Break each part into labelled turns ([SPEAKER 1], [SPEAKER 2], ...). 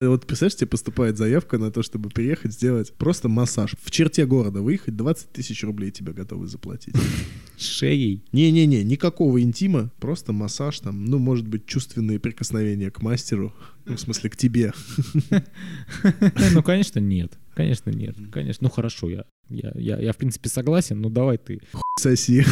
[SPEAKER 1] Вот представляешь, тебе поступает заявка на то, чтобы приехать, сделать просто массаж. В черте города выехать, 20 тысяч рублей тебе готовы заплатить.
[SPEAKER 2] Шеей.
[SPEAKER 1] Не-не-не, никакого интима, просто массаж там, ну, может быть, чувственные прикосновения к мастеру, ну, в смысле, к тебе.
[SPEAKER 2] Ну, конечно, нет. Конечно, нет. Конечно, ну хорошо, я, я, я, я в принципе согласен, но давай ты.
[SPEAKER 1] Соси.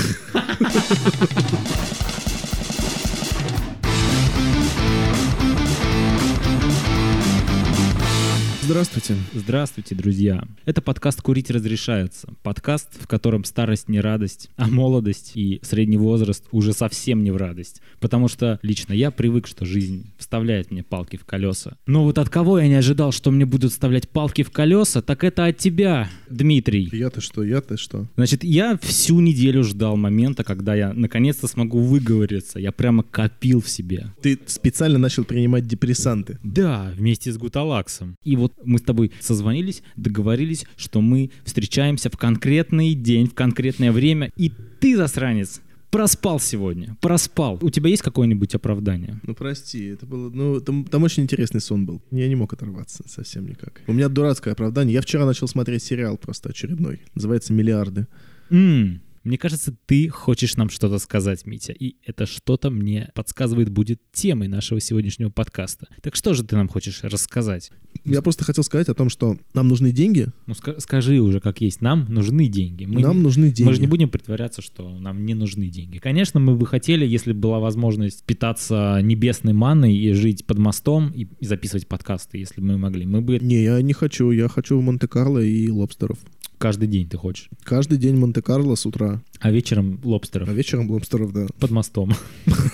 [SPEAKER 1] Здравствуйте.
[SPEAKER 2] Здравствуйте, друзья. Это подкаст «Курить разрешается». Подкаст, в котором старость не радость, а молодость и средний возраст уже совсем не в радость. Потому что лично я привык, что жизнь вставляет мне палки в колеса. Но вот от кого я не ожидал, что мне будут вставлять палки в колеса, так это от тебя, Дмитрий.
[SPEAKER 1] Я-то что, я-то что?
[SPEAKER 2] Значит, я всю неделю ждал момента, когда я наконец-то смогу выговориться. Я прямо копил в себе.
[SPEAKER 1] Ты специально начал принимать депрессанты.
[SPEAKER 2] Да, вместе с Гуталаксом. И вот мы с тобой созвонились, договорились, что мы встречаемся в конкретный день, в конкретное время, и ты, засранец, проспал сегодня, проспал. У тебя есть какое-нибудь оправдание?
[SPEAKER 1] Ну прости, это было, ну там, там очень интересный сон был. Я не мог оторваться совсем никак. У меня дурацкое оправдание. Я вчера начал смотреть сериал просто очередной. Называется "Миллиарды".
[SPEAKER 2] М, Мне кажется, ты хочешь нам что-то сказать, Митя, и это что-то мне подсказывает будет темой нашего сегодняшнего подкаста. Так что же ты нам хочешь рассказать?
[SPEAKER 1] Я просто хотел сказать о том, что нам нужны деньги.
[SPEAKER 2] Ну ска- скажи уже, как есть. Нам нужны деньги. Мы
[SPEAKER 1] нам
[SPEAKER 2] не-
[SPEAKER 1] нужны деньги.
[SPEAKER 2] Мы же не будем притворяться, что нам не нужны деньги. Конечно, мы бы хотели, если бы была возможность питаться небесной манной и жить под мостом и, и записывать подкасты, если бы мы могли. Мы бы это-
[SPEAKER 1] Не, я не хочу. Я хочу в Монте-Карло и лобстеров.
[SPEAKER 2] каждый день ты хочешь,
[SPEAKER 1] Каждый день Монте-Карло с утра,
[SPEAKER 2] а вечером
[SPEAKER 1] а
[SPEAKER 2] лобстеров
[SPEAKER 1] вечером лобстеров, да.
[SPEAKER 2] под мостом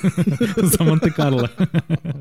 [SPEAKER 2] за Монте-Карло.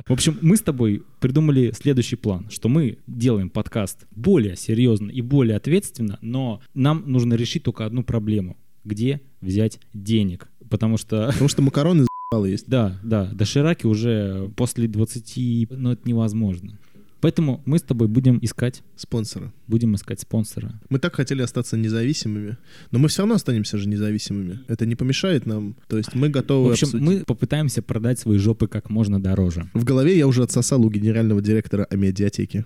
[SPEAKER 2] В общем, мы с тобой придумали следующий план, что мы делаем подкаст более серьезно и более ответственно, но нам нужно решить только одну проблему. Где взять денег? Потому что
[SPEAKER 1] Потому что макароны за***ало есть.
[SPEAKER 2] Да, да, дошираки уже после 20, ну это невозможно. Поэтому мы с тобой будем искать,
[SPEAKER 1] Спонсора.
[SPEAKER 2] будем искать спонсора.
[SPEAKER 1] Мы так хотели остаться независимыми, но мы все равно останемся же независимыми. Это не помешает нам. То есть мы готовы...
[SPEAKER 2] В общем,
[SPEAKER 1] обсудить.
[SPEAKER 2] мы попытаемся продать свои жопы как можно дороже.
[SPEAKER 1] В голове я уже отсосал у генерального директора о медиатеке.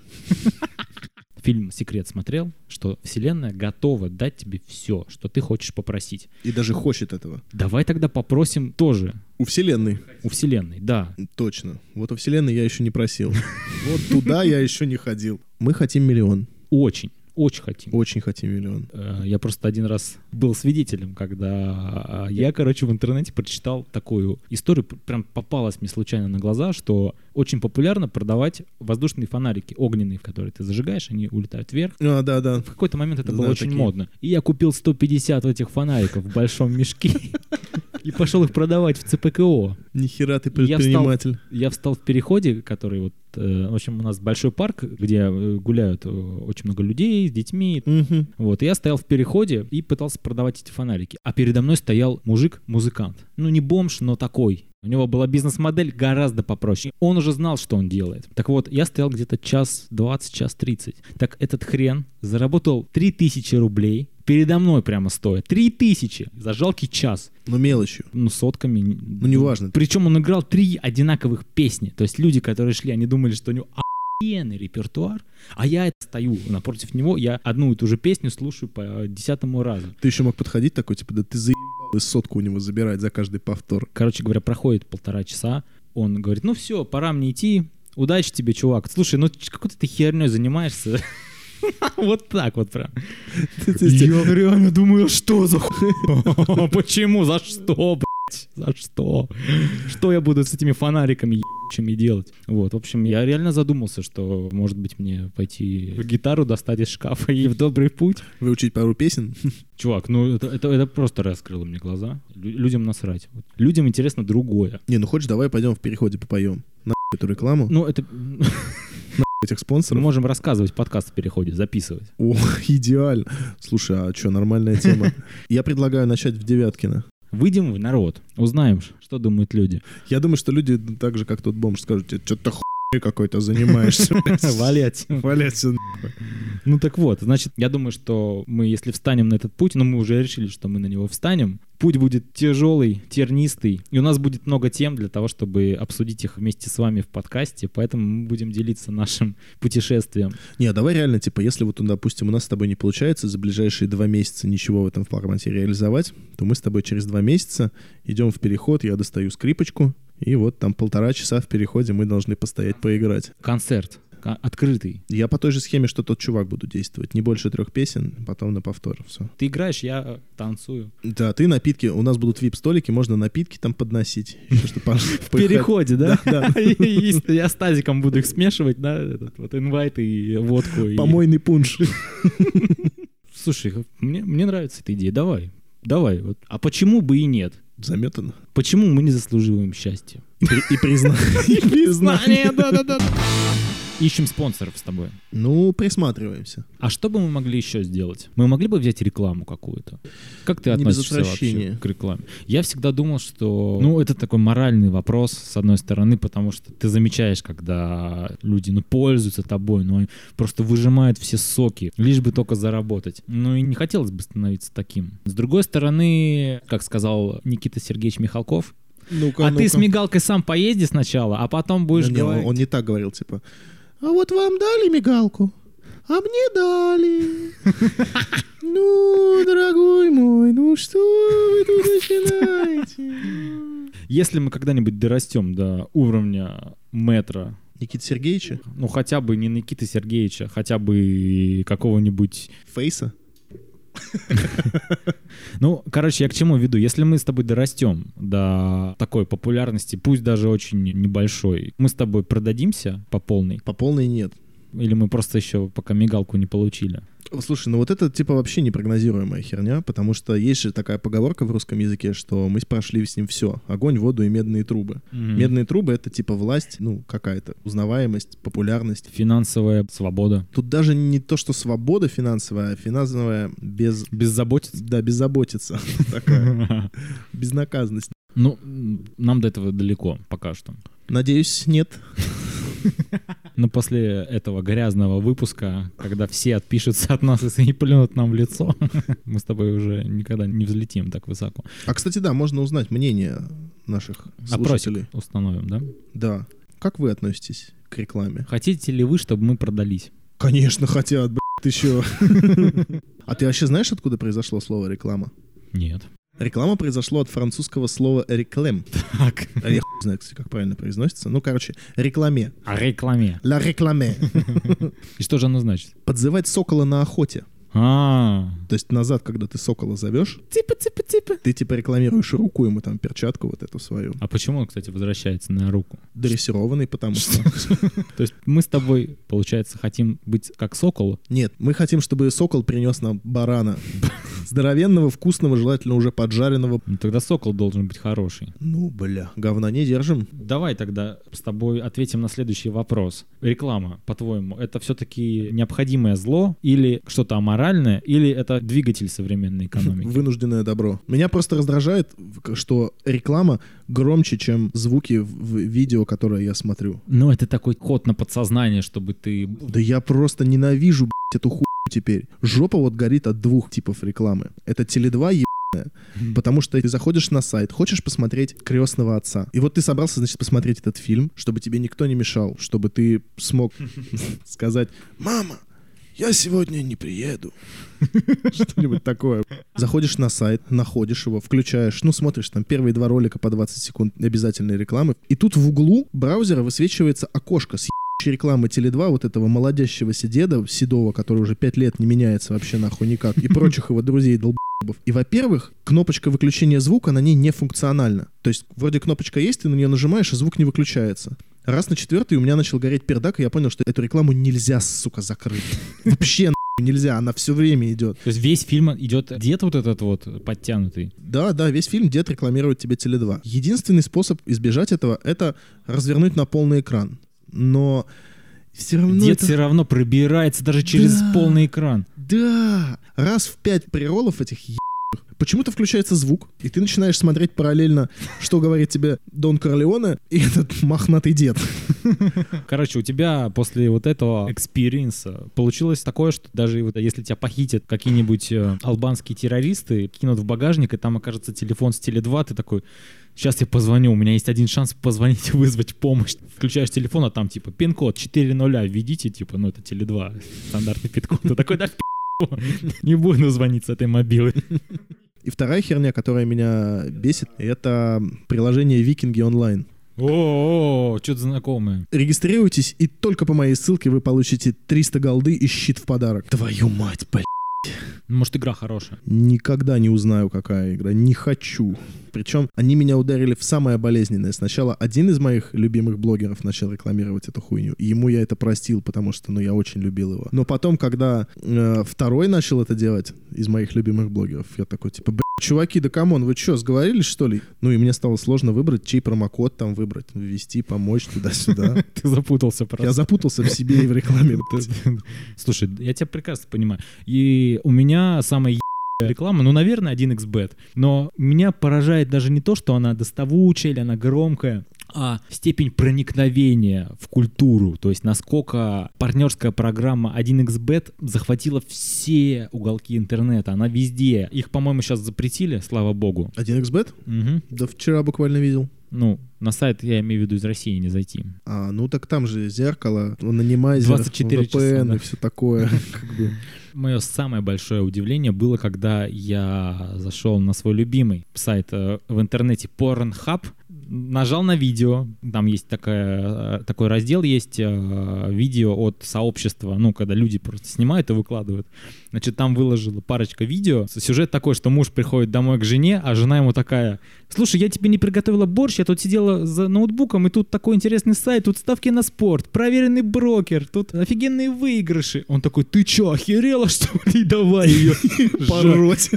[SPEAKER 2] Фильм «Секрет» смотрел, что вселенная готова дать тебе все, что ты хочешь попросить.
[SPEAKER 1] И даже хочет этого.
[SPEAKER 2] Давай тогда попросим тоже
[SPEAKER 1] У Вселенной.
[SPEAKER 2] у вселенной, да.
[SPEAKER 1] Точно. Вот у Вселенной я еще не просил. Вот туда я еще не ходил. Мы хотим миллион.
[SPEAKER 2] Очень, очень хотим.
[SPEAKER 1] Очень хотим миллион.
[SPEAKER 2] Э, Я просто один раз был свидетелем, когда э, я, короче, в интернете прочитал такую историю, п- прям попалась мне случайно на глаза, что очень популярно продавать воздушные фонарики огненные, которые ты зажигаешь, они улетают вверх.
[SPEAKER 1] А, да-да.
[SPEAKER 2] В какой-то момент это
[SPEAKER 1] Да,
[SPEAKER 2] было
[SPEAKER 1] да,
[SPEAKER 2] очень
[SPEAKER 1] такие.
[SPEAKER 2] модно. И я купил 150 этих фонариков в большом мешке и пошел их продавать в ЦПКО.
[SPEAKER 1] Нихера ты
[SPEAKER 2] Я встал-
[SPEAKER 1] предприниматель.
[SPEAKER 2] Я встал в переходе, который вот... э, В общем, у нас большой парк, где э, гуляют э, очень много людей с детьми,
[SPEAKER 1] Мгм.
[SPEAKER 2] вот, и я стоял в переходе и пытался продавать эти фонарики. А передо мной стоял мужик-музыкант. Ну, не бомж, но такой. У него была бизнес-модель гораздо попроще. Он уже знал, что он делает. Так вот, я стоял где-то час 20, час 30. Так этот хрен заработал 3000 рублей передо мной прямо стоя. 3000 за жалкий час.
[SPEAKER 1] Но мелочью.
[SPEAKER 2] Ну, сотками. Ну,
[SPEAKER 1] неважно.
[SPEAKER 2] Причем он играл три одинаковых песни. То есть люди, которые шли, они думали, что у него охуенный репертуар. А я стою напротив него, я одну и ту же песню слушаю по десятому разу.
[SPEAKER 1] Ты еще мог подходить такой, типа, да ты заебал и сотку у него забирать за каждый повтор.
[SPEAKER 2] Короче говоря, проходит полтора часа. Он говорит, ну все, пора мне идти. Удачи тебе, чувак. Слушай, ну ч- какой-то ты херней занимаешься. Вот так вот прям. Я реально думаю, а что за хуй? Почему? За что, блядь? За что? Что я буду с этими фонариками ебучими делать? Вот, в общем, я реально задумался, что, может быть, мне пойти гитару достать из шкафа и в добрый путь.
[SPEAKER 1] Выучить пару песен.
[SPEAKER 2] Чувак, ну это, это, это просто раскрыло мне глаза. Лю- людям насрать. Вот Людям интересно другое.
[SPEAKER 1] Не, ну хочешь, давай пойдем в переходе попоем. На эту рекламу,
[SPEAKER 2] Ну, это
[SPEAKER 1] этих
[SPEAKER 2] мы
[SPEAKER 1] спонсоров.
[SPEAKER 2] можем рассказывать подкаст в переходе, записывать.
[SPEAKER 1] О, идеально. Слушай, а что, нормальная тема. Я предлагаю начать в Девяткино.
[SPEAKER 2] Выйдем в народ, узнаем, ш- что думают люди.
[SPEAKER 1] Я думаю, что люди так же, как тот бомж, скажут тебе, что-то хуйня хуйней какой-то занимаешься. блядь.
[SPEAKER 2] Валять.
[SPEAKER 1] Валяться. на-
[SPEAKER 2] Ну так вот, значит, я думаю, что мы, если встанем на этот путь, но мы уже решили, что мы на него встанем, путь будет тяжелый, тернистый, и у нас будет много тем для того, чтобы обсудить их вместе с вами в подкасте, поэтому мы будем делиться нашим путешествием.
[SPEAKER 1] Не, давай реально, типа, если вот, ну, допустим, у нас с тобой не получается за ближайшие два месяца ничего в этом формате реализовать, то мы с тобой через два месяца идем в переход, я достаю скрипочку, и вот там полтора часа в переходе мы должны постоять поиграть.
[SPEAKER 2] Концерт ка- открытый.
[SPEAKER 1] Я по той же схеме, что тот чувак буду действовать. Не больше трех песен, потом на повтор. Все.
[SPEAKER 2] Ты играешь, я э, танцую.
[SPEAKER 1] Да, ты напитки. У нас будут вип-столики, можно напитки там подносить. Ещё что по-
[SPEAKER 2] В переходе, да?
[SPEAKER 1] Да,
[SPEAKER 2] И- и Я с тазиком буду их смешивать, да, этот вот инвайт и водку. и-
[SPEAKER 1] Помойный пунш.
[SPEAKER 2] Слушай, мне, мне нравится эта идея. Давай, давай. Вот. А почему бы и нет?
[SPEAKER 1] Заметано.
[SPEAKER 2] Почему мы не заслуживаем счастья?
[SPEAKER 1] И при- и призна- и признание.
[SPEAKER 2] да-да-да. Ищем спонсоров с тобой.
[SPEAKER 1] Ну, присматриваемся.
[SPEAKER 2] А что бы мы могли еще сделать? Мы могли бы взять рекламу какую-то. Как ты
[SPEAKER 1] Не без
[SPEAKER 2] относишься вообще
[SPEAKER 1] отвращения.
[SPEAKER 2] к рекламе? Я всегда думал, что... Ну, это такой моральный вопрос, с одной стороны, потому что ты замечаешь, когда люди, ну, пользуются тобой, но они просто выжимают все соки, лишь бы только заработать. Ну, и не хотелось бы становиться таким. С другой стороны, как сказал Никита Сергеевич Михалков,
[SPEAKER 1] Ну-ка,
[SPEAKER 2] а ты с мигалкой сам поезди сначала, а потом будешь
[SPEAKER 1] Не, он,
[SPEAKER 2] говорить.
[SPEAKER 1] он не так говорил, типа, а вот вам дали мигалку, а мне дали. Ну, дорогой мой, ну что вы тут начинаете?
[SPEAKER 2] Если мы когда-нибудь дорастем до уровня метра,
[SPEAKER 1] Никита Сергеевича?
[SPEAKER 2] ну хотя бы не Никиты Сергеевича, хотя бы какого-нибудь...
[SPEAKER 1] Фейса?
[SPEAKER 2] Ну, короче, я к чему веду? Если мы с тобой дорастем до такой популярности, пусть даже очень небольшой, мы с тобой продадимся по полной?
[SPEAKER 1] По полной нет.
[SPEAKER 2] Или мы просто еще пока мигалку не получили?
[SPEAKER 1] Слушай, ну вот это типа вообще непрогнозируемая херня, потому что есть же такая поговорка в русском языке, что мы прошли с ним все. Огонь, воду и медные трубы. Медные трубы — это типа власть, ну, какая-то, узнаваемость, популярность.
[SPEAKER 2] Финансовая свобода.
[SPEAKER 1] Тут даже не то, что свобода финансовая, а финансовая без
[SPEAKER 2] Беззаботица.
[SPEAKER 1] Да, беззаботица такая, безнаказанность.
[SPEAKER 2] Ну, м, нам до этого далеко пока что.
[SPEAKER 1] Надеюсь, нет.
[SPEAKER 2] Но после этого грязного выпуска, когда все отпишутся от нас и плюнут нам в лицо, мы с тобой уже никогда не взлетим так высоко.
[SPEAKER 1] А, кстати, да, можно узнать мнение наших слушателей.
[SPEAKER 2] Опросик установим, да?
[SPEAKER 1] Да. Как вы относитесь к рекламе?
[SPEAKER 2] Хотите ли вы, чтобы мы продались?
[SPEAKER 1] Конечно, хотят, блядь, ты чё? А ты вообще знаешь, откуда произошло слово реклама?
[SPEAKER 2] Нет.
[SPEAKER 1] Реклама произошло от французского слова реклем.
[SPEAKER 2] Так.
[SPEAKER 1] А Я хуй знаю, кстати, как правильно произносится. Ну, короче, рекламе.
[SPEAKER 2] О рекламе.
[SPEAKER 1] La рекламе.
[SPEAKER 2] И что же оно значит?
[SPEAKER 1] Подзывать сокола на охоте.
[SPEAKER 2] А,
[SPEAKER 1] То есть назад, когда ты сокола зовешь,
[SPEAKER 2] типа, типа, типа.
[SPEAKER 1] ты типа рекламируешь руку ему, там, перчатку вот эту свою.
[SPEAKER 2] А почему он, кстати, возвращается на руку?
[SPEAKER 1] Дрессированный, потому что...
[SPEAKER 2] То есть мы с тобой, получается, хотим быть как сокол.
[SPEAKER 1] Нет, мы хотим, чтобы сокол принес нам барана. Здоровенного, вкусного, желательно уже поджаренного.
[SPEAKER 2] Ну, тогда сокол должен быть хороший.
[SPEAKER 1] Ну, бля, говна не держим.
[SPEAKER 2] Давай тогда с тобой ответим на следующий вопрос. Реклама, по-твоему, это все-таки необходимое зло или что-то аморальное, или это двигатель современной экономики?
[SPEAKER 1] Вынужденное добро. Меня просто раздражает, в- что реклама громче, чем звуки в- в видео, которое я смотрю.
[SPEAKER 2] Ну, это такой ход на подсознание, чтобы ты...
[SPEAKER 1] Да я просто ненавижу, блядь, эту хуйню теперь. Жопа вот горит от двух типов рекламы. Это теле2 ебаная, Потому что ты заходишь на сайт, хочешь посмотреть крестного отца. И вот ты собрался, значит, посмотреть этот фильм, чтобы тебе никто не мешал, чтобы ты смог сказать «Мама, я сегодня не приеду». Что-нибудь такое. Заходишь на сайт, находишь его, включаешь, ну, смотришь там первые два ролика по 20 секунд обязательной рекламы. И тут в углу браузера высвечивается окошко с ебучей рекламы Теле2, вот этого молодящегося деда седого, который уже пять лет не меняется вообще нахуй никак, и прочих его друзей долб***бов. И, во-первых, кнопочка выключения звука на ней не функциональна. То есть, вроде кнопочка есть, ты на нее нажимаешь, и звук не выключается. Раз на четвертый у меня начал гореть пердак, и я понял, что эту рекламу нельзя, сука, закрыть. Вообще нахуй нельзя, она все время идет.
[SPEAKER 2] То есть весь фильм идет дед вот этот вот подтянутый.
[SPEAKER 1] Да, да, весь фильм дед рекламирует тебе Теле2. Единственный способ избежать этого — это развернуть на полный экран. Но все равно
[SPEAKER 2] дед
[SPEAKER 1] Ну, это-
[SPEAKER 2] все равно пробирается даже через
[SPEAKER 1] Да.
[SPEAKER 2] полный экран.
[SPEAKER 1] Да! Раз в пять приролов этих ебаных почему-то включается звук, и ты начинаешь смотреть параллельно, что говорит тебе Дон Корлеоне и этот мохнатый дед.
[SPEAKER 2] Короче, у тебя после вот этого экспириенса получилось такое, что даже вот если тебя похитят какие-нибудь э, албанские террористы, кинут в багажник, и там окажется телефон с Теле2, ты такой, сейчас я позвоню, у меня есть один шанс позвонить и вызвать помощь. Включаешь телефон, а там типа пин-код 4.0, введите, типа, ну это Теле2, стандартный пин-код. Ты такой, да пи***, не буду звонить с этой мобилы.
[SPEAKER 1] И вторая херня, которая меня бесит, это приложение «Викинги онлайн».
[SPEAKER 2] О, что-то знакомое.
[SPEAKER 1] Регистрируйтесь, и только по моей ссылке вы получите 300 голды и щит в подарок. Твою мать, блядь.
[SPEAKER 2] Ну, Может, игра хорошая.
[SPEAKER 1] Никогда не узнаю, какая игра. Не хочу. Причем они меня ударили в самое болезненное. Сначала один из моих любимых блогеров начал рекламировать эту хуйню. И ему я это простил, потому что, ну, я очень любил его. Но потом, когда э, второй начал это делать из моих любимых блогеров, я такой, типа, «Бля, чуваки, да камон, вы что, сговорились, что ли? Ну, и мне стало сложно выбрать, чей промокод там выбрать, ввести, помочь туда-сюда.
[SPEAKER 2] Ты запутался
[SPEAKER 1] Я
[SPEAKER 2] просто.
[SPEAKER 1] запутался в себе и в рекламе. блядь.
[SPEAKER 2] Слушай, я тебя прекрасно понимаю. И у меня самая ебаная реклама, ну, наверное, 1xbet. Но меня поражает даже не то, что она доставучая или она громкая, а степень проникновения в культуру, то есть насколько партнерская программа 1xbet захватила все уголки интернета, она везде. Их, по-моему, сейчас запретили, слава богу.
[SPEAKER 1] А 1xbet?
[SPEAKER 2] Мгм.
[SPEAKER 1] Да вчера буквально видел.
[SPEAKER 2] Ну, на сайт, я имею в виду, из России не зайти.
[SPEAKER 1] А, ну так там же зеркало, ну, нанимайзеров,
[SPEAKER 2] 24
[SPEAKER 1] 24
[SPEAKER 2] часа,
[SPEAKER 1] VPN
[SPEAKER 2] да.
[SPEAKER 1] и все такое. как бы.
[SPEAKER 2] Мое самое большое удивление было, когда я зашел на свой любимый сайт э, в интернете Pornhub, нажал на видео, там есть такая, э, такой раздел, есть э, видео от сообщества, ну, когда люди просто снимают и выкладывают. Значит, там выложила парочка видео. Сюжет такой, что муж приходит домой к жене, а жена ему такая, слушай, я тебе не приготовила борщ, я тут сидела за ноутбуком, и тут такой интересный сайт, тут ставки на спорт, проверенный брокер, тут офигенные выигрыши. Он такой, ты чё, охерела, что ли? Давай ее
[SPEAKER 1] Пороть.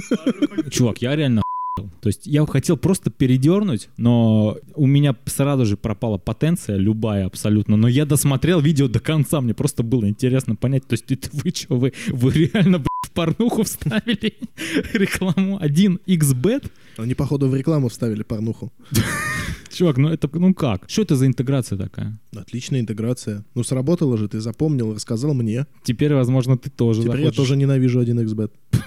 [SPEAKER 2] Чувак, я реально охуел. то есть я хотел просто передернуть, но у меня сразу же пропала потенция, любая абсолютно. Но я досмотрел видео до конца, мне просто было интересно понять, то есть это вы что, вы, вы реально блядь, в порнуху вставили рекламу 1xbet?
[SPEAKER 1] Они, походу, в рекламу вставили порнуху.
[SPEAKER 2] Чувак, ну это ну как? Что это за интеграция такая?
[SPEAKER 1] Отличная интеграция. Ну, сработало же, ты запомнил, рассказал мне.
[SPEAKER 2] Теперь, возможно, ты тоже
[SPEAKER 1] Теперь я
[SPEAKER 2] захочешь.
[SPEAKER 1] тоже ненавижу 1xbet.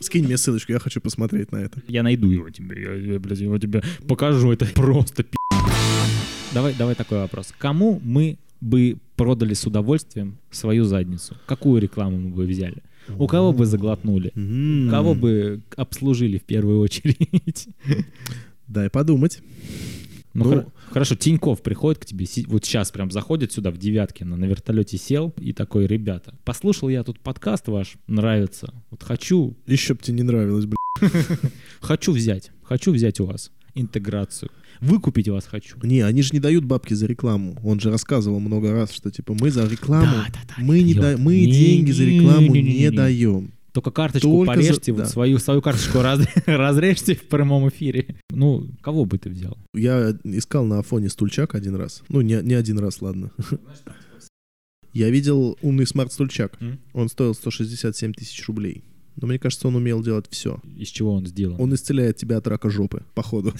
[SPEAKER 1] Скинь мне ссылочку, я хочу посмотреть на это.
[SPEAKER 2] Я найду его тебе, я, я, блядь, его тебе покажу, это просто пи***. Давай, давай такой вопрос. Кому мы бы продали с удовольствием свою задницу? Какую рекламу мы бы взяли? У кого бы заглотнули?
[SPEAKER 1] М,
[SPEAKER 2] Кого бы обслужили в первую очередь?
[SPEAKER 1] Дай подумать.
[SPEAKER 2] Ну,
[SPEAKER 1] Ну.
[SPEAKER 2] хор- хорошо, Тиньков приходит к тебе, си- вот сейчас прям заходит сюда в девятке, на, на вертолете сел и такой, ребята, послушал я тут подкаст ваш, нравится, вот хочу,
[SPEAKER 1] Еще бы тебе не нравилось, блин.
[SPEAKER 2] хочу взять, хочу взять у вас интеграцию, выкупить вас хочу.
[SPEAKER 1] Не, они же не дают бабки за рекламу. Он же рассказывал много раз, что типа мы за рекламу.
[SPEAKER 2] Да, да, да,
[SPEAKER 1] Мы, не
[SPEAKER 2] даёт.
[SPEAKER 1] да- мы
[SPEAKER 2] Не-
[SPEAKER 1] деньги за рекламу не
[SPEAKER 2] не-не-не-не-не.
[SPEAKER 1] даем.
[SPEAKER 2] Только карточку
[SPEAKER 1] Только за-
[SPEAKER 2] порежьте, вот
[SPEAKER 1] да.
[SPEAKER 2] свою, свою карточку раз- разрежьте в прямом эфире. Ну, кого бы ты взял?
[SPEAKER 1] Я искал на Афоне стульчак один раз. Ну, не, не один раз, ладно. Я видел умный смарт-стульчак.
[SPEAKER 2] М?
[SPEAKER 1] Он стоил 167 тысяч рублей. Но мне кажется, он умел делать все.
[SPEAKER 2] Из чего он сделан?
[SPEAKER 1] Он исцеляет тебя от рака жопы, походу.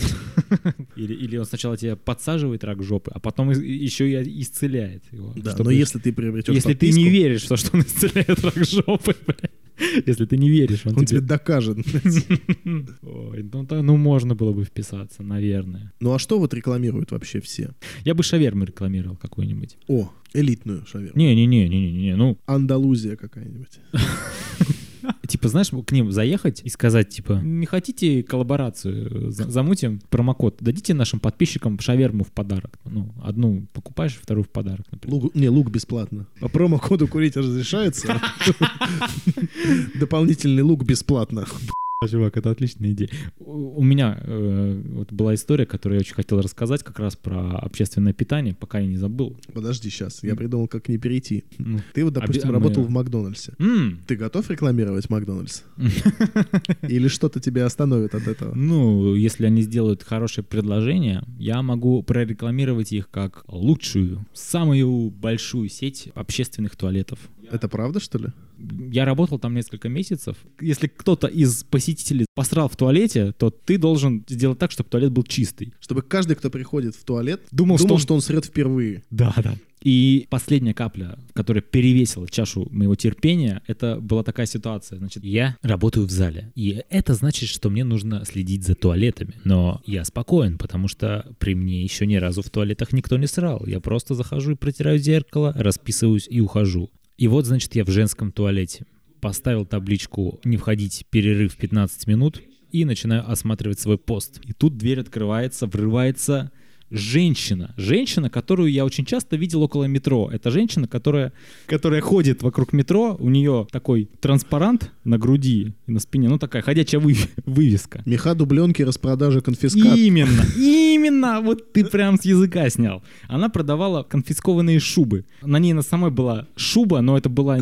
[SPEAKER 2] Или, или он сначала тебя подсаживает рак жопы, а потом и- еще и исцеляет его.
[SPEAKER 1] Да,
[SPEAKER 2] чтобы-
[SPEAKER 1] но если ты приобретешь
[SPEAKER 2] ну, если ты
[SPEAKER 1] подписку,
[SPEAKER 2] не веришь, в то, что он исцеляет рак жопы, бля, если ты не веришь, он,
[SPEAKER 1] он тебе
[SPEAKER 2] тебе...
[SPEAKER 1] докажет. блядь.
[SPEAKER 2] Ой, ну, да, ну, можно было бы вписаться, наверное.
[SPEAKER 1] Ну а что вот рекламируют вообще все?
[SPEAKER 2] Я бы шаверму рекламировал какую-нибудь.
[SPEAKER 1] О, элитную шаверму.
[SPEAKER 2] Не-не-не-не-не, ну,
[SPEAKER 1] Андалузия какая-нибудь.
[SPEAKER 2] Типа, знаешь, к ним заехать и сказать, типа, не хотите коллаборацию, э, за- замутим промокод, дадите нашим подписчикам шаверму в подарок. Ну, одну покупаешь, вторую в подарок, например.
[SPEAKER 1] Лук- не, лук бесплатно. По промокоду курить разрешается. Дополнительный лук бесплатно.
[SPEAKER 2] чувак, это отличная идея. У у меня э, вот была история, которую я очень хотел рассказать, как раз про общественное питание, пока я не забыл.
[SPEAKER 1] Подожди сейчас, я придумал, как не перейти.
[SPEAKER 2] Ну,
[SPEAKER 1] Ты вот, допустим,
[SPEAKER 2] Обе-
[SPEAKER 1] работал
[SPEAKER 2] мы-
[SPEAKER 1] в Макдональдсе.
[SPEAKER 2] м,
[SPEAKER 1] Ты готов рекламировать Макдональдс? Или что-то тебя остановит от этого?
[SPEAKER 2] Ну, если они сделают хорошее предложение, я могу прорекламировать их как лучшую, самую большую сеть общественных туалетов.
[SPEAKER 1] Это правда, что ли?
[SPEAKER 2] Я работал там несколько месяцев. Если кто-то из посетителей посрал в туалете, то ты должен сделать так, чтобы туалет был чистый.
[SPEAKER 1] Чтобы каждый, кто приходит в туалет, думал,
[SPEAKER 2] Думал, Ну, что он-
[SPEAKER 1] что он срет впервые.
[SPEAKER 2] Да, да. И последняя капля, которая перевесила чашу моего терпения, это была такая ситуация. Значит, я работаю в зале. И это значит, что мне нужно следить за туалетами. Но я спокоен, потому что при мне еще ни разу в туалетах никто не срал. Я просто захожу и протираю зеркало, расписываюсь и ухожу. И вот, значит, я в женском туалете. Поставил табличку «Не входить, перерыв 15 минут» и начинаю осматривать свой пост. И тут дверь открывается, врывается женщина. Женщина, которую я очень часто видел около метро. Это женщина, которая, которая ходит вокруг метро. У нее такой транспарант на груди и на спине. Ну, такая ходячая вы- вывеска.
[SPEAKER 1] Меха, дубленки, распродажа, конфискат.
[SPEAKER 2] Именно, именно, вот ты прям с языка снял. Она продавала конфискованные шубы. На ней на самой была шуба, но это была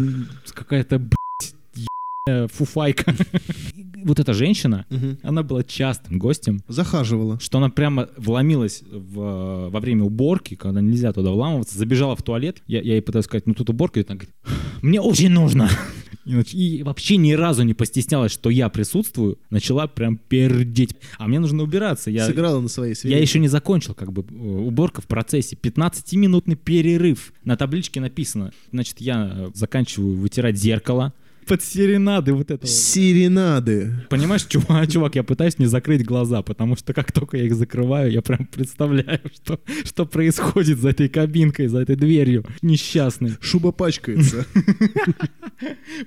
[SPEAKER 2] какая-то, блядь, ебаная фуфайка. И Вот эта женщина,
[SPEAKER 1] Мгм.
[SPEAKER 2] она была частым гостем
[SPEAKER 1] Захаживала.
[SPEAKER 2] что она прямо вломилась в, э, во время уборки, когда нельзя туда вламываться, забежала в туалет. Я, я ей пытаюсь сказать, ну тут уборка, и она говорит, мне очень нужно. И, нач- и вообще ни разу не постеснялась, что я присутствую, начала прям пердеть. А мне нужно убираться. Я,
[SPEAKER 1] Сыграла на своей свете.
[SPEAKER 2] я еще не закончил, как бы, э, уборка в процессе. 15-минутный перерыв. На табличке написано. Значит, я э, заканчиваю вытирать зеркало. Под серенады вот этого.
[SPEAKER 1] Серенады.
[SPEAKER 2] Понимаешь, чувак, чувак, я пытаюсь не закрыть глаза, потому что как только я их закрываю, я прям представляю, что, что происходит за этой кабинкой, за этой дверью несчастной.
[SPEAKER 1] Шуба пачкается.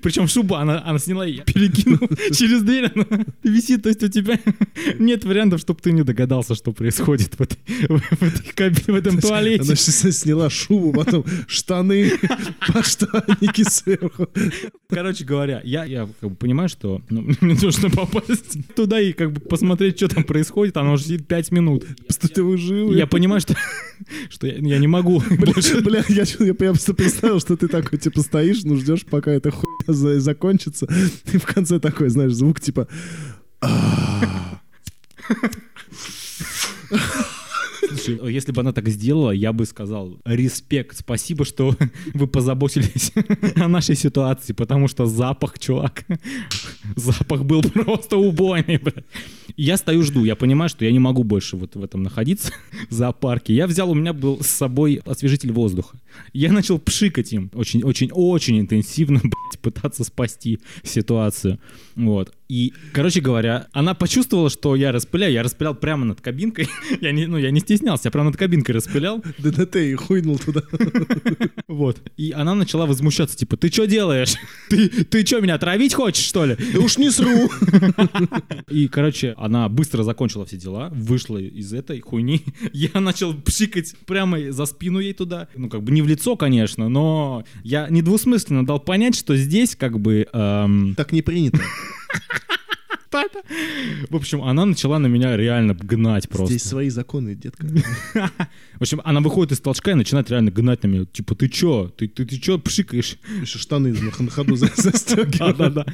[SPEAKER 2] Причем шуба, она, она сняла и я перекинул через дверь, она висит, то есть у тебя нет вариантов, чтобы ты не догадался, что происходит в, этой, в, этой каби- в этом
[SPEAKER 1] Она
[SPEAKER 2] туалете.
[SPEAKER 1] щас сняла шубу, потом штаны, подштанники сверху.
[SPEAKER 2] Короче говоря, я, я как бы понимаю, что ну, мне нужно попасть туда и как бы посмотреть, что там происходит, она уже сидит 5 минут.
[SPEAKER 1] Пустотевые жилы.
[SPEAKER 2] Ну, Я понимаю, что, что я, я не могу больше.
[SPEAKER 1] Бля, я, чё- я прям просто представил, что ты такой, типа, стоишь, ну, ждешь, пока эта хуйня за- закончится. И в конце такой, знаешь, звук, типа... «А».
[SPEAKER 2] Слушай, если бы она так сделала, я бы сказал респект, спасибо, что вы позаботились о нашей ситуации, потому что запах, чувак, запах был просто убойный. бля. Я стою жду, я понимаю, что я не могу больше вот в этом находиться, в зоопарке. Я взял, у меня был с собой освежитель воздуха. Я начал пшикать им очень-очень-очень интенсивно, блядь, пытаться спасти ситуацию. Вот. И, короче говоря, она почувствовала, что я распыляю. Я распылял прямо над кабинкой. Я не, ну, я не стеснялся, я прямо над кабинкой распылял.
[SPEAKER 1] ДДТ и хуйнул туда.
[SPEAKER 2] Вот. И она начала возмущаться, типа, ты что делаешь? Ты, ты что, меня отравить хочешь, что ли?
[SPEAKER 1] Да уж не сру.
[SPEAKER 2] И, короче, она быстро закончила все дела, вышла из этой хуйни. Я начал пшикать прямо за спину ей туда. Ну, как бы не в лицо, конечно, но я недвусмысленно дал понять, что здесь как бы... эм,
[SPEAKER 1] Так не принято.
[SPEAKER 2] та-та. В общем, она начала на меня реально гнать просто.
[SPEAKER 1] Здесь свои законы, детка.
[SPEAKER 2] В общем, она выходит из толчка и начинает реально гнать на меня. Типа, ты чё? Ты, ты, ты чё пшикаешь?
[SPEAKER 1] Еще штаны на на ходу за- застегивал.
[SPEAKER 2] Да-да-да.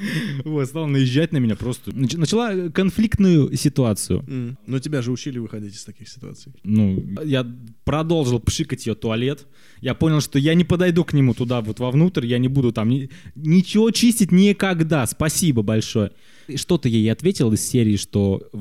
[SPEAKER 2] Вот, стала наезжать на меня просто. Нач- Начала конфликтную ситуацию.
[SPEAKER 1] М. Но тебя же учили выходить из таких ситуаций.
[SPEAKER 2] Ну, я продолжил пшикать ее туалет. Я понял, что я не подойду к нему туда, вот вовнутрь. Я не буду там ни- ничего чистить никогда. Спасибо большое. И Что-то я ей ответил из серии, что э,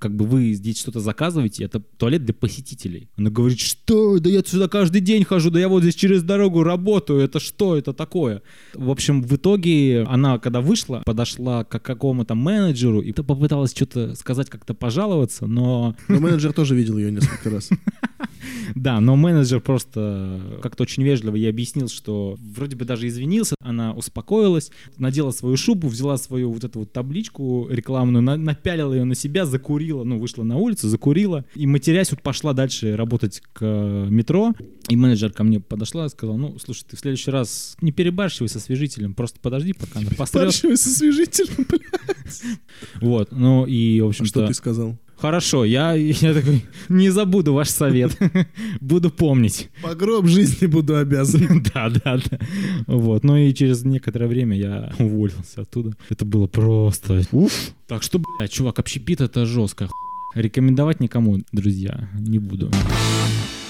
[SPEAKER 2] как бы вы здесь что-то заказываете, это туалет для посетителей. Она говорит, что? Да я сюда каждый день хожу, да я вот здесь через дорогу работаю, это что это такое? В общем, в итоге она, когда вышла, подошла к какому-то менеджеру и попыталась что-то сказать, как-то пожаловаться, но
[SPEAKER 1] Но менеджер тоже видел ее несколько раз.
[SPEAKER 2] да, но менеджер просто как-то очень вежливо ей объяснил, что вроде бы даже извинился, она успокоилась, надела свою шубу, взяла свою вот эту вот табличку рекламную, на- напялила ее на себя, закурила, ну, вышла на улицу, закурила, и матерясь вот пошла дальше работать к э, метро, и менеджер ко мне подошла и сказала, ну, слушай, ты в следующий раз не перебарщивай со освежителем, просто подожди, пока она пострет.
[SPEAKER 1] Спаршивый со освежителем, бля.
[SPEAKER 2] Вот, ну и, в общем-то...
[SPEAKER 1] А Что ты сказал?
[SPEAKER 2] Хорошо, я, я такой, не забуду ваш совет, буду помнить.
[SPEAKER 1] По гроб жизни буду обязан.
[SPEAKER 2] Да, да, да. Вот. Ну и через некоторое время я уволился оттуда. Это было просто... Уф. Так что, блядь, чувак, общепит это жестко. хуй. Рекомендовать никому, друзья, не буду.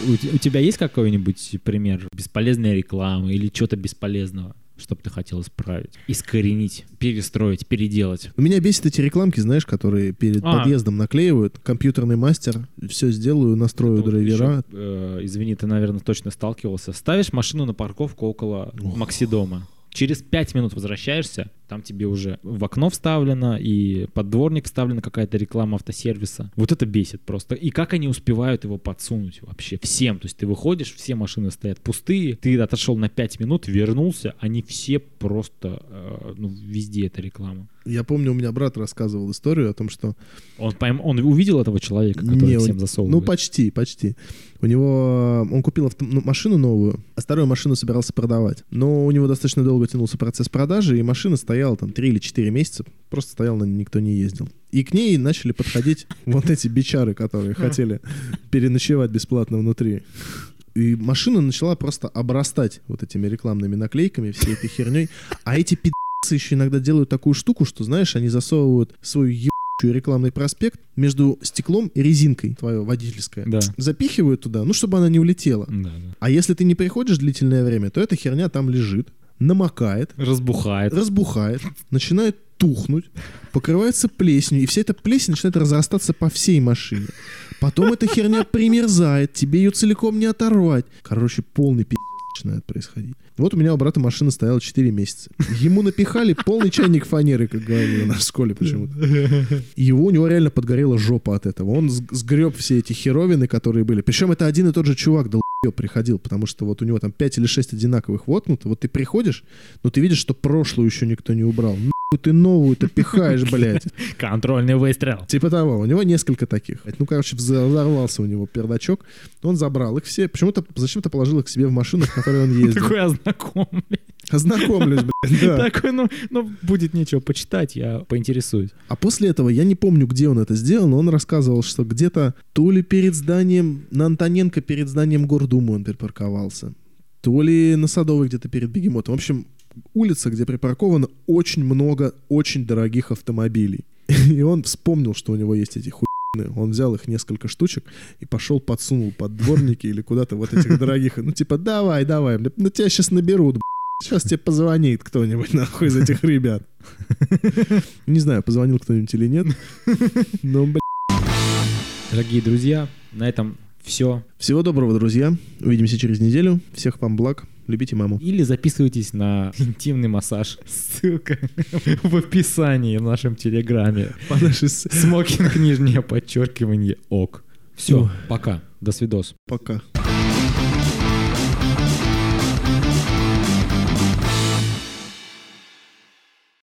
[SPEAKER 2] У, те- у тебя есть какой-нибудь пример бесполезной рекламы или чего-то бесполезного? чтобы ты хотел исправить, искоренить, перестроить, переделать.
[SPEAKER 1] Но Меня бесит эти рекламки, знаешь, которые перед
[SPEAKER 2] А.
[SPEAKER 1] подъездом наклеивают. Компьютерный мастер, все сделаю, настрою
[SPEAKER 2] Тут
[SPEAKER 1] драйвера.
[SPEAKER 2] еще, э, извини, ты, наверное, точно сталкивался. Ставишь машину на парковку около
[SPEAKER 1] Ох.
[SPEAKER 2] Максидома. Через пять минут возвращаешься, там тебе уже в окно вставлено, и под дворник вставлена какая-то реклама автосервиса. Вот это бесит просто. И как они успевают его подсунуть вообще всем? То есть ты выходишь, все машины стоят пустые, ты отошел на пять минут, вернулся, они все просто, э, ну, везде эта реклама.
[SPEAKER 1] Я помню, у меня брат рассказывал историю о том, что...
[SPEAKER 2] Он, пойм- он увидел этого человека, который
[SPEAKER 1] Не, он-
[SPEAKER 2] всем
[SPEAKER 1] Ну,
[SPEAKER 2] засовывает?
[SPEAKER 1] почти, почти. У него... Он купил авто- ну, машину новую, а старую машину собирался продавать. Но у него достаточно долго тянулся процесс продажи, и машина стояла там 3 или 4 месяца. Просто стояла, на ней никто не ездил. И к ней начали подходить вот эти бичары, которые хотели переночевать бесплатно внутри. И машина начала просто обрастать вот этими рекламными наклейками, всей этой херней. А эти пи***цы еще иногда делают такую штуку, что, знаешь, они засовывают свою ебучую рекламный проспект между стеклом и резинкой твое водительское.
[SPEAKER 2] Да.
[SPEAKER 1] Запихивают туда, ну, чтобы она не улетела.
[SPEAKER 2] Да, да.
[SPEAKER 1] А если ты не приходишь длительное время, то эта херня там лежит, намокает,
[SPEAKER 2] Разбухает.
[SPEAKER 1] разбухает, начинает тухнуть, покрывается плесенью, и вся эта плесень начинает разрастаться по всей машине. Потом эта херня примерзает, тебе ее целиком не оторвать. Короче, полный пи*** начинает происходить. Вот у меня у брата машина стояла 4 месяца. Ему напихали полный чайник фанеры, как говорили у нас в школе почему-то. И Его, у него реально подгорела жопа от этого. Он с- сгреб все эти херовины, которые были. Причем это один и тот же чувак, да приходил, потому что вот у него там 5 или 6 одинаковых вотнут. Вот ты приходишь, но ты видишь, что прошлую еще никто не убрал. Нахуй ты новую-то пихаешь, блядь.
[SPEAKER 2] Контрольный выстрел.
[SPEAKER 1] Типа того, у него несколько таких. Ну, короче, вза- взорвался у него пердачок. Он забрал их все. Почему-то, зачем-то положил их себе в машину, в которой он ездил.
[SPEAKER 2] Такой ознакомлен.
[SPEAKER 1] Ознакомлюсь, блядь, да.
[SPEAKER 2] Такой, ну, ну, будет нечего почитать, я поинтересуюсь.
[SPEAKER 1] А после этого, я не помню, где он это сделал, но он рассказывал, что где-то то ли перед зданием, на Антоненко перед зданием Гордумы он припарковался, то ли на Садовой где-то перед Бегемотом. В общем, улица, где припарковано очень много очень дорогих автомобилей. И он вспомнил, что у него есть эти хуйны. Он взял их несколько штучек и пошел подсунул под дворники или куда-то вот этих дорогих. Ну типа, давай, давай, бля, ну тебя сейчас наберут, Сейчас тебе позвонит кто-нибудь нахуй из этих ребят. Не знаю, позвонил кто-нибудь или нет. Но, блядь.
[SPEAKER 2] Дорогие друзья, на этом все.
[SPEAKER 1] Всего доброго, друзья. Увидимся через неделю. Всех вам благ. Любите маму.
[SPEAKER 2] Или записывайтесь на интимный массаж. Ссылка в описании в нашем телеграме.
[SPEAKER 1] По нашей с-
[SPEAKER 2] Смокинг нижнее подчеркивание ок. Все,
[SPEAKER 1] Ух.
[SPEAKER 2] пока. До свидос.
[SPEAKER 1] Пока.